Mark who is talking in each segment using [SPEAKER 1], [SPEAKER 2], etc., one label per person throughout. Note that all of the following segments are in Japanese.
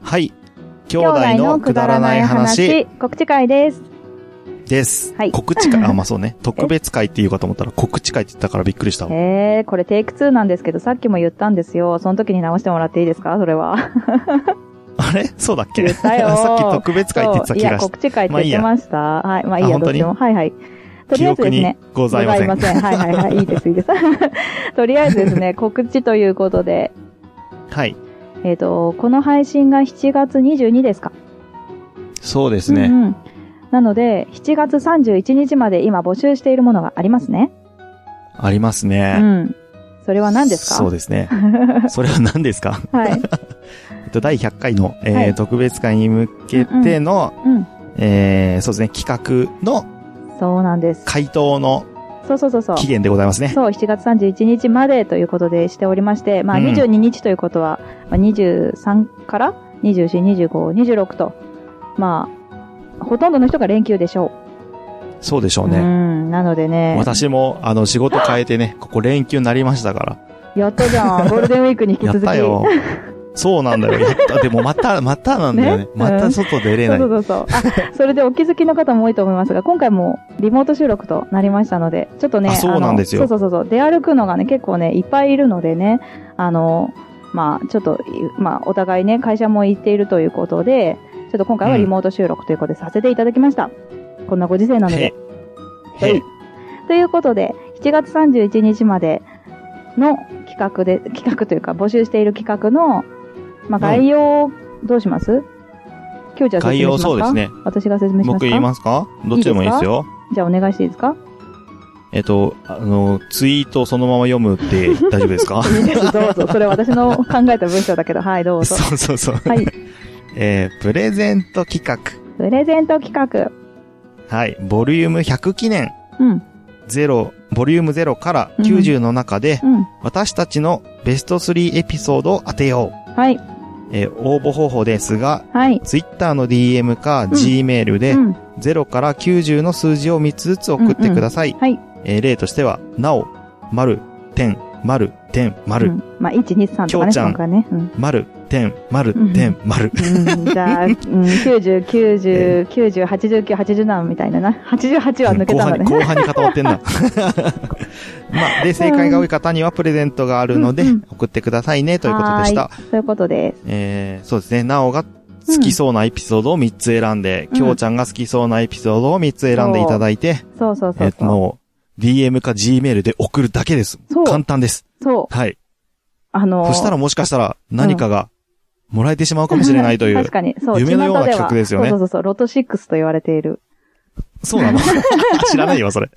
[SPEAKER 1] はい。兄弟のくだらない話。
[SPEAKER 2] 告知会です。
[SPEAKER 1] です。
[SPEAKER 2] はい
[SPEAKER 1] 告知 会、あ、まあそうね。特別会って言うかと思ったら告知会って言ったからびっくりしたわ。
[SPEAKER 2] えー、これテイク2なんですけど、さっきも言ったんですよ。その時に直してもらっていいですかそ れは。
[SPEAKER 1] あれそうだっけ
[SPEAKER 2] 言ったよ ー
[SPEAKER 1] さっき特別会って言ってた
[SPEAKER 2] そうい
[SPEAKER 1] 気
[SPEAKER 2] や、
[SPEAKER 1] がし
[SPEAKER 2] 告知会って
[SPEAKER 1] まあいい
[SPEAKER 2] 言
[SPEAKER 1] や
[SPEAKER 2] ってました。はい。まあいい
[SPEAKER 1] あ
[SPEAKER 2] や、
[SPEAKER 1] 本
[SPEAKER 2] ど
[SPEAKER 1] 当
[SPEAKER 2] っ
[SPEAKER 1] に
[SPEAKER 2] ちも。はいはい。とり
[SPEAKER 1] 記
[SPEAKER 2] あえ
[SPEAKER 1] 憶
[SPEAKER 2] ずです
[SPEAKER 1] に
[SPEAKER 2] ね。
[SPEAKER 1] ございません。
[SPEAKER 2] ん。はいはいはい。いいです、いい です。とりあえずです ね、告知ということで、
[SPEAKER 1] はい。
[SPEAKER 2] えっ、と、この配信が7月22ですか
[SPEAKER 3] そうですね。
[SPEAKER 2] うんうんなので、7月31日まで今募集しているものがありますね。
[SPEAKER 1] あります
[SPEAKER 2] う
[SPEAKER 1] ね。
[SPEAKER 2] ん。それは何ですか
[SPEAKER 1] そうです ね。それは何ですか
[SPEAKER 2] はい。
[SPEAKER 1] えっと、第100回の、えー
[SPEAKER 2] はい
[SPEAKER 1] 特別会に向けての、
[SPEAKER 2] うん。
[SPEAKER 1] えー、そうですね、企画の
[SPEAKER 2] そうなんです。
[SPEAKER 1] 回答の
[SPEAKER 2] そうそうそうそう。
[SPEAKER 1] 期限でございますね。
[SPEAKER 2] そう、7月31日までということでしておりまして、まあ
[SPEAKER 1] うん
[SPEAKER 2] 22日ということは、まあ、23から24、25、26と、まあ、ほとんどの人が連休でしょ
[SPEAKER 1] そうでしょ
[SPEAKER 2] う。
[SPEAKER 1] うね。
[SPEAKER 2] ん、なのでね、
[SPEAKER 1] 私も、あの、仕事変えて ね、ここ連休になりましたから。
[SPEAKER 2] やったじゃん、ゴールデンウィークに引き
[SPEAKER 1] や
[SPEAKER 2] 続
[SPEAKER 1] っ
[SPEAKER 2] き。
[SPEAKER 1] たよ。そうなんだ よ。やった。でもまた、またなんだよね。
[SPEAKER 2] ね
[SPEAKER 1] また外出れ
[SPEAKER 2] そ
[SPEAKER 1] な
[SPEAKER 2] う
[SPEAKER 1] い。
[SPEAKER 2] そうそうそう。あ、それでお気づきの方も多いと思いますが、今回もリモート収録となりましたので、ちょっとね、
[SPEAKER 1] あそうなんですよ
[SPEAKER 2] あのそうそうそうそう。出歩くのがね、結構ね、いっぱいいるのでね、あの、まあ、ちょっと、いまあ、お互いね、会社も行っているということで、ちょっと今回はリモート収録ということでさせていただきました。こんなご時世なので
[SPEAKER 1] へ。へい。
[SPEAKER 2] ということで、7月31日までの企画で、企画というか募集している企画の、まあ、概要、どうします今日じゃあ説明しますか
[SPEAKER 1] 概要そうですね。
[SPEAKER 2] 私が説明しますか
[SPEAKER 1] 僕言いますかどっちでもいいですよ。
[SPEAKER 2] じゃあお願いしていいですか
[SPEAKER 1] えっと、あの、ツイートをそのまま読むって大丈夫 ですか
[SPEAKER 2] いいです、どうぞ。それは私の考えた文章だけど、はい、どうぞ。
[SPEAKER 1] そうそうそう。
[SPEAKER 2] はい。
[SPEAKER 1] えー、プレゼント企画。
[SPEAKER 2] プレゼント企画。
[SPEAKER 1] はい。ボリューム100記念
[SPEAKER 2] うん、
[SPEAKER 1] 0、ボリューム0から90の中で、
[SPEAKER 2] うん。
[SPEAKER 1] 私たちのベスト3エピソードを当てよ
[SPEAKER 2] はい、
[SPEAKER 1] う。えー応募方法ですが、
[SPEAKER 2] はい。
[SPEAKER 1] ツイッターの DM か
[SPEAKER 2] ん
[SPEAKER 1] G メールで、
[SPEAKER 2] うん、
[SPEAKER 1] 0から90の数字を3つずつ送ってください。
[SPEAKER 2] はい。
[SPEAKER 1] えー例としては、なお、丸、点、丸、点、
[SPEAKER 2] う
[SPEAKER 1] 丸、
[SPEAKER 2] ん。まあ、1、2、3とか
[SPEAKER 1] きょう
[SPEAKER 2] ね、
[SPEAKER 1] ちゃん
[SPEAKER 2] 今回ね。うん。
[SPEAKER 1] 丸、点、丸
[SPEAKER 2] うん、
[SPEAKER 1] 点、丸。
[SPEAKER 2] うん、じゃあ、うん、90、90、90、89、87みたいなな。88は抜け
[SPEAKER 1] 後
[SPEAKER 2] たの
[SPEAKER 1] 半
[SPEAKER 2] で
[SPEAKER 1] に、。後半に固まってん な。まあ、で、正解が多い方にはプレゼントがあるので
[SPEAKER 2] うんうん、
[SPEAKER 1] 送ってくださいね、ということでした。
[SPEAKER 2] ということです。
[SPEAKER 1] えー、そうですね、なおが好きそうなエピソードを3つ選んで、
[SPEAKER 2] うん
[SPEAKER 1] きょうちゃんが好きそうなエピソードを3つ選んでいただいて、
[SPEAKER 2] そうそうそ
[SPEAKER 1] え
[SPEAKER 2] う
[SPEAKER 1] っと、
[SPEAKER 2] そう。
[SPEAKER 1] もう、DM か G メールで送るだけです。
[SPEAKER 2] そう
[SPEAKER 1] 簡単です。
[SPEAKER 2] そう。
[SPEAKER 1] はい。
[SPEAKER 2] あのー
[SPEAKER 1] そしたらもしかしたら何かがもらえてしまうかもしれないという
[SPEAKER 2] 確。かに、そう、
[SPEAKER 1] 夢のような
[SPEAKER 2] 巷では
[SPEAKER 1] 企画ですよね
[SPEAKER 2] そうそうそう、ロト6と言われている。
[SPEAKER 1] そうなの 知らないよ、それ。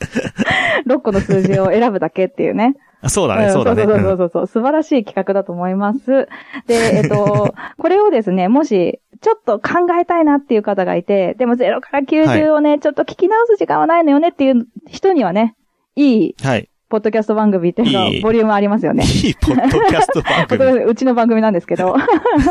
[SPEAKER 2] 6個の数字を選ぶだけっていう ね。
[SPEAKER 1] あそうだね、そうだね。
[SPEAKER 2] んそうそう
[SPEAKER 1] う
[SPEAKER 2] そうそう。素晴らしい企画だと思います。 で、えっと、これをですね、もし、ちょっと考えたいなっていう方がいて、でも0から90をね、ちょっと聞き直す時間はないのよねっていう人にはね、いい、
[SPEAKER 1] んはい。
[SPEAKER 2] ポッドキャスト番組っていう
[SPEAKER 1] いい
[SPEAKER 2] のボリュームありますよね。
[SPEAKER 1] いいポッドキャスト番
[SPEAKER 2] ごめん
[SPEAKER 1] 組。
[SPEAKER 2] なさいうちの番組なんですけど。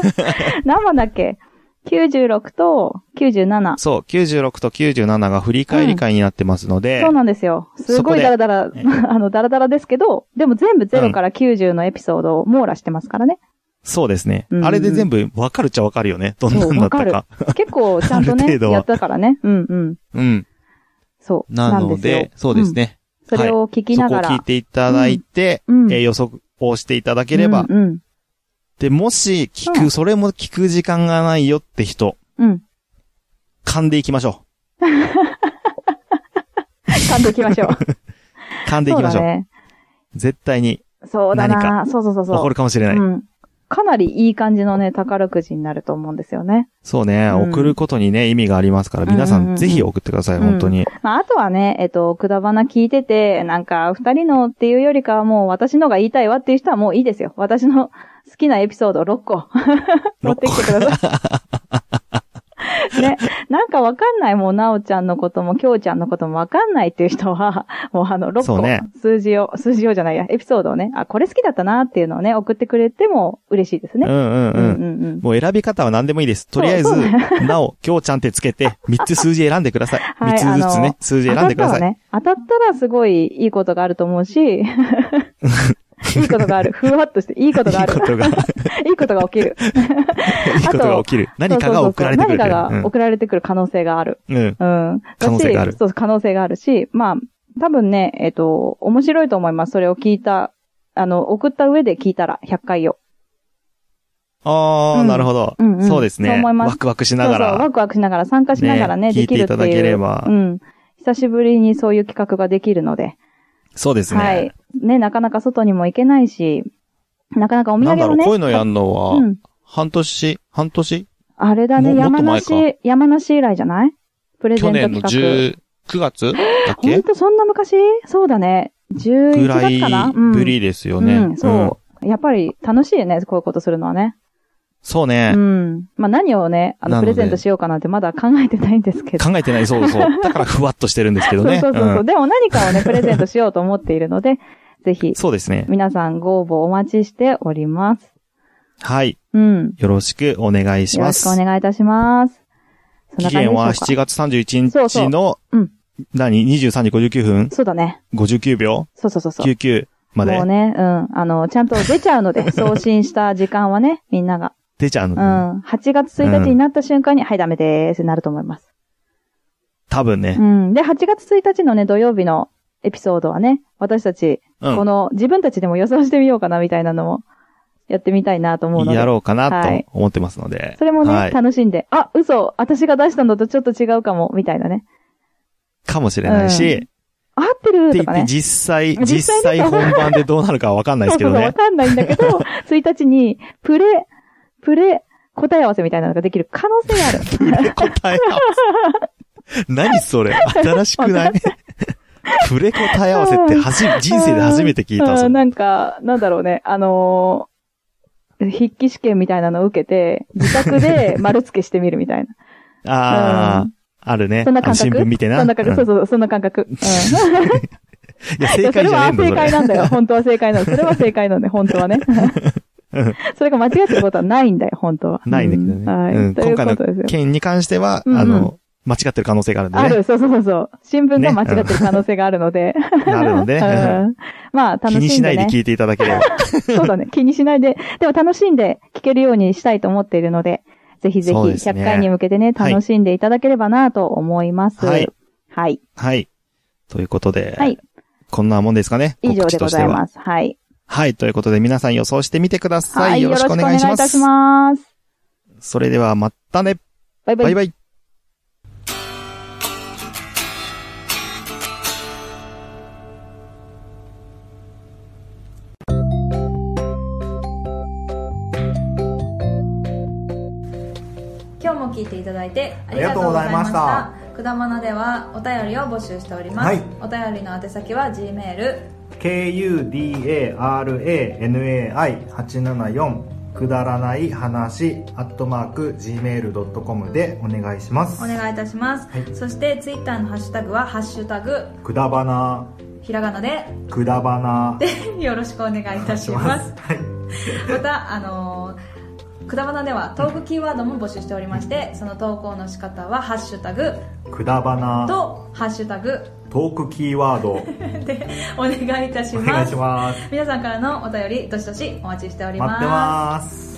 [SPEAKER 2] 何番だっけ ?96 と97。
[SPEAKER 1] そう、96と97が振り返り会になってますので、
[SPEAKER 2] そうなんですよ。すごいダラダラ
[SPEAKER 1] こで、
[SPEAKER 2] あの、ダラダラですけど、でも全部0から90のエピソードを網羅してますか らね。
[SPEAKER 1] そうですね
[SPEAKER 2] う。ん
[SPEAKER 1] あれで全部わかるっちゃわかるよね。どんなんだったか。
[SPEAKER 2] 結構ちゃんと
[SPEAKER 1] ある
[SPEAKER 2] ね、
[SPEAKER 1] 程度は
[SPEAKER 2] やったからね。うんうん。
[SPEAKER 1] うん。
[SPEAKER 2] そう。
[SPEAKER 1] なの
[SPEAKER 2] んすよ
[SPEAKER 1] で、そうです。ね。
[SPEAKER 2] うんそれを聞き
[SPEAKER 1] そ
[SPEAKER 2] な
[SPEAKER 1] こ
[SPEAKER 2] がら。
[SPEAKER 1] 聞いていただいて、
[SPEAKER 2] うん
[SPEAKER 1] えー予測をしていただければ、
[SPEAKER 2] うんうん。
[SPEAKER 1] で、もし聞
[SPEAKER 2] う
[SPEAKER 1] く、それも聞く時間がないよって人、
[SPEAKER 2] うん。
[SPEAKER 1] 噛んでいきましょ
[SPEAKER 2] ちゃんと行きましょう。
[SPEAKER 1] う。 噛んでいきましょう。
[SPEAKER 2] そうだね。
[SPEAKER 1] 絶対に
[SPEAKER 2] そうだ
[SPEAKER 1] 何
[SPEAKER 2] な。そうそうそう
[SPEAKER 1] 起こ
[SPEAKER 2] そ
[SPEAKER 1] るかもしれ
[SPEAKER 2] う。
[SPEAKER 1] ない。
[SPEAKER 2] うん。かなりいい感じのね、宝くじになると思うんですよね。
[SPEAKER 1] そうね、
[SPEAKER 2] うん
[SPEAKER 1] 送ることにね、意味がありますから、皆さ
[SPEAKER 2] うんうんうん
[SPEAKER 1] んぜひ送ってください、
[SPEAKER 2] うん
[SPEAKER 1] 本当に。
[SPEAKER 2] まあ、あとはね、えっと、くだばな聞いてて、なんか、二人のっていうよりかはもう、私のが言いたいわっていう人はもういいですよ。私の 好きなエピソード6個。持ってきてくださ い。ね、なんかわかんない、もう、なおちゃんのことも、きょうちゃんのこともわかんないっていう人は、 もうあの、6
[SPEAKER 1] そ
[SPEAKER 2] 個、
[SPEAKER 1] うね
[SPEAKER 2] 数字を、数字をじゃないや、エピソードをね、あ、これ好きだったなっていうのをね、送ってくれても嬉しいです
[SPEAKER 1] うんう
[SPEAKER 2] ね。
[SPEAKER 1] んう
[SPEAKER 2] う
[SPEAKER 1] んん。
[SPEAKER 2] うんうん。
[SPEAKER 1] もう選び方は何でもいいです。とりあえず
[SPEAKER 2] そう、
[SPEAKER 1] なお、きょうちゃんってつけて、3つ数字選んでくだ さい。
[SPEAKER 2] い
[SPEAKER 1] 3つずつ
[SPEAKER 2] あの
[SPEAKER 1] ね、数字選んでください。
[SPEAKER 2] 当たったらね、当たったらすごいいいことがあると思うし、いいことがある。ふわっとして、いいことがある
[SPEAKER 1] いい。ことが、い
[SPEAKER 2] いいことが起きる。
[SPEAKER 1] いことが起きる。何かが送られてくる。
[SPEAKER 2] そうそうそう何かが送られてくる可能性がある。
[SPEAKER 1] うん。うん。
[SPEAKER 2] うん。
[SPEAKER 1] 可能性がある
[SPEAKER 2] だしそう、可能性があるし、まあ、多分ね、えっ、と、面白いと思います。それを聞いた、あの、送った上で聞いたら、100回を。
[SPEAKER 1] あー、
[SPEAKER 2] うん
[SPEAKER 1] なるほど、
[SPEAKER 2] うんうん
[SPEAKER 1] そうですね。
[SPEAKER 2] そう思います
[SPEAKER 1] ワクワクしながら。
[SPEAKER 2] そうそう、ワクワクしながら、参加しながらね、
[SPEAKER 1] ね
[SPEAKER 2] できるっていう。
[SPEAKER 1] 聞いていただければ
[SPEAKER 2] うん。久しぶりにそういう企画ができるので。
[SPEAKER 1] そうですね。
[SPEAKER 2] はい。ね、なかなか外にも行けないし、なかなかお土
[SPEAKER 1] なんだろ
[SPEAKER 2] 産も
[SPEAKER 1] う、
[SPEAKER 2] ね。
[SPEAKER 1] こういうのやんのは、
[SPEAKER 2] うん。
[SPEAKER 1] 半年、半年
[SPEAKER 2] あれだね、
[SPEAKER 1] ももっ
[SPEAKER 2] 山
[SPEAKER 1] と前か
[SPEAKER 2] 梨、山梨以来じゃないプレゼ
[SPEAKER 1] 去
[SPEAKER 2] ント
[SPEAKER 1] 年の
[SPEAKER 2] 企画。
[SPEAKER 1] 10、9月だっ
[SPEAKER 2] ほん
[SPEAKER 1] け
[SPEAKER 2] とそんな昔そうだね。11
[SPEAKER 1] ぐら
[SPEAKER 2] 月
[SPEAKER 1] い
[SPEAKER 2] かな
[SPEAKER 1] ぶりですよ
[SPEAKER 2] うん
[SPEAKER 1] ね。
[SPEAKER 2] うん、そう。やっぱり楽しいよね、こういうことするのはね。
[SPEAKER 1] そうね。
[SPEAKER 2] うん。まあ何をね、あ
[SPEAKER 1] な
[SPEAKER 2] の、
[SPEAKER 1] の
[SPEAKER 2] プ
[SPEAKER 1] で
[SPEAKER 2] レゼントしようかなんてまだ考えてないんですけど。
[SPEAKER 1] 考えてない、そう そう。だからふわっとしてるんですけどね。
[SPEAKER 2] そうそうそうそう、
[SPEAKER 1] ん
[SPEAKER 2] でも何かをね、プレゼントしようと思っているので、ぜひ、
[SPEAKER 1] そうですね。
[SPEAKER 2] 皆さんご応募お待ちしております。
[SPEAKER 1] はい。
[SPEAKER 2] うん。
[SPEAKER 1] よろしくお願いし
[SPEAKER 2] よろ
[SPEAKER 1] ま
[SPEAKER 2] し
[SPEAKER 1] す。
[SPEAKER 2] くお願いいたします。そんな
[SPEAKER 1] 期
[SPEAKER 2] 感じ
[SPEAKER 1] 限
[SPEAKER 2] でしょうか
[SPEAKER 1] は7月31
[SPEAKER 2] そうそう
[SPEAKER 1] 日の、
[SPEAKER 2] うん
[SPEAKER 1] 何 ?23 時59分
[SPEAKER 2] そうだね。
[SPEAKER 1] ?59 秒
[SPEAKER 2] そうそうそうそう。
[SPEAKER 1] ?99 まで
[SPEAKER 2] もうね、うん。あの、ちゃんと出ちゃうの で、送信した時間はね、みんなが。
[SPEAKER 1] 出ちゃう
[SPEAKER 2] う
[SPEAKER 1] の、
[SPEAKER 2] ん。8月1日になった瞬間に、はい、ダメでーす、なると思います。
[SPEAKER 1] 多分
[SPEAKER 2] う
[SPEAKER 1] ね。
[SPEAKER 2] ん。で、8月1日のね、土曜日のエピソードはね、私たち、
[SPEAKER 1] うん
[SPEAKER 2] この、自分たちでも予想してみようかな、みたいなのも、やってみたいなと思うので。
[SPEAKER 1] やろうかな
[SPEAKER 2] はい
[SPEAKER 1] と思ってますので。
[SPEAKER 2] それもね、
[SPEAKER 1] はい
[SPEAKER 2] 楽しんで、あ、嘘、私が出したのとちょっと違うかも、みたいなね。
[SPEAKER 1] かもしれないし、
[SPEAKER 2] うん合ってる
[SPEAKER 1] って言
[SPEAKER 2] と
[SPEAKER 1] っ
[SPEAKER 2] か
[SPEAKER 1] て
[SPEAKER 2] ね。
[SPEAKER 1] 実際、
[SPEAKER 2] 実際
[SPEAKER 1] 実際
[SPEAKER 2] ね
[SPEAKER 1] 本番でどうなるかはわかんないですけど
[SPEAKER 2] そうそうそう
[SPEAKER 1] ね。
[SPEAKER 2] わかんないんだけ ど、1日に、プレ、プレ、答え合わせみたいなのができる可能性がある。
[SPEAKER 1] 答え合わせ。何それ新しく ないプレ答え合わせってはじ、人生で初めて聞いた
[SPEAKER 2] う
[SPEAKER 1] ぞ
[SPEAKER 2] ん。なんか、なんだろうね、あのー筆記試験みたいなのを受けて、自宅 で丸付けしてみるみたいな。
[SPEAKER 1] あ
[SPEAKER 2] う
[SPEAKER 1] ー、あるね。
[SPEAKER 2] そんな
[SPEAKER 1] あの
[SPEAKER 2] 感覚
[SPEAKER 1] 新聞見てな。
[SPEAKER 2] そんな感覚、
[SPEAKER 1] うん
[SPEAKER 2] そうそう、そんな感覚。うん。
[SPEAKER 1] いや、
[SPEAKER 2] いや
[SPEAKER 1] 正
[SPEAKER 2] そ
[SPEAKER 1] 解
[SPEAKER 2] れ
[SPEAKER 1] じゃ
[SPEAKER 2] は
[SPEAKER 1] ねえ
[SPEAKER 2] 正
[SPEAKER 1] んだ
[SPEAKER 2] 解
[SPEAKER 1] ぞ、
[SPEAKER 2] なんだ よ。本当は正解なんだよ。それは正解なんだよ。本当はね。それが間違ってることはないんだよ、本当は。
[SPEAKER 1] それ。ないんだけどね。
[SPEAKER 2] うんはい。
[SPEAKER 1] うん
[SPEAKER 2] とい
[SPEAKER 1] 今
[SPEAKER 2] う
[SPEAKER 1] 回
[SPEAKER 2] こ
[SPEAKER 1] の
[SPEAKER 2] とですよ。
[SPEAKER 1] 件に関しては、
[SPEAKER 2] うんうん
[SPEAKER 1] あの、間違ってる可能性があるんで
[SPEAKER 2] あ
[SPEAKER 1] ね。
[SPEAKER 2] る、そうそうそうそう。新聞が間違ってる可能性があるので。
[SPEAKER 1] なる ので、
[SPEAKER 2] う
[SPEAKER 1] ね。
[SPEAKER 2] んまあ、楽し
[SPEAKER 1] 気
[SPEAKER 2] んで、ね。
[SPEAKER 1] にしないで聞いていただければ。
[SPEAKER 2] そうだね。気にしないで。でも楽しんで聞けるようにしたいと思っているので、ぜひぜひ
[SPEAKER 1] そうですね
[SPEAKER 2] 100回に向けてね、
[SPEAKER 1] はい
[SPEAKER 2] 楽しんでいただければなと思います。
[SPEAKER 1] はい。
[SPEAKER 2] はい。
[SPEAKER 1] はい。ということで、
[SPEAKER 2] はい
[SPEAKER 1] こんなもんですかね。
[SPEAKER 2] 以上
[SPEAKER 1] 告
[SPEAKER 2] で
[SPEAKER 1] 知
[SPEAKER 2] ご
[SPEAKER 1] として
[SPEAKER 2] ざい
[SPEAKER 1] は。
[SPEAKER 2] ます。はい。
[SPEAKER 1] はい。ということで皆さん予想してみてください。
[SPEAKER 2] はい。
[SPEAKER 1] よろ
[SPEAKER 2] よろ
[SPEAKER 1] し
[SPEAKER 2] し
[SPEAKER 1] く
[SPEAKER 2] く
[SPEAKER 1] お
[SPEAKER 2] お
[SPEAKER 1] 願
[SPEAKER 2] 願
[SPEAKER 1] い
[SPEAKER 2] い
[SPEAKER 1] します。
[SPEAKER 2] いたします。
[SPEAKER 1] それではまたね。
[SPEAKER 2] バイバ
[SPEAKER 1] バ
[SPEAKER 2] イ
[SPEAKER 1] イ。バイ。
[SPEAKER 4] 今日も聞いていただいてあ
[SPEAKER 5] あ
[SPEAKER 4] り
[SPEAKER 5] り
[SPEAKER 4] が
[SPEAKER 5] が
[SPEAKER 4] と
[SPEAKER 5] と
[SPEAKER 4] う
[SPEAKER 5] う
[SPEAKER 4] ご
[SPEAKER 5] ご
[SPEAKER 4] ざ
[SPEAKER 5] ざ
[SPEAKER 4] い
[SPEAKER 5] い
[SPEAKER 4] ま
[SPEAKER 5] ま
[SPEAKER 4] し
[SPEAKER 5] した
[SPEAKER 4] たくだまなではお便りを募集しております、
[SPEAKER 5] はい
[SPEAKER 4] お便りの宛先は G メール
[SPEAKER 5] kudaranai874 くだらない話アットマーク gmail.com でお願いします
[SPEAKER 4] お願いいたします、
[SPEAKER 5] はい
[SPEAKER 4] そしてツイッターのハッシュタグは「ハッシュタグ
[SPEAKER 5] くだばな
[SPEAKER 4] ひらがなで
[SPEAKER 5] くだばな」
[SPEAKER 4] でよろしくお願いいたしますま
[SPEAKER 5] はい
[SPEAKER 4] たあのーくだばなではトークキーワードも募集しておりましてその投稿の仕方は「ハッシュタグ
[SPEAKER 5] くだば」な
[SPEAKER 4] と「ハッシュタグ
[SPEAKER 5] トークキーワード」
[SPEAKER 4] でお願いいたし
[SPEAKER 5] お
[SPEAKER 4] ま
[SPEAKER 5] 願い
[SPEAKER 4] す
[SPEAKER 5] します
[SPEAKER 4] 皆さんからのお便りどしどしお待ちしており
[SPEAKER 5] 待ってます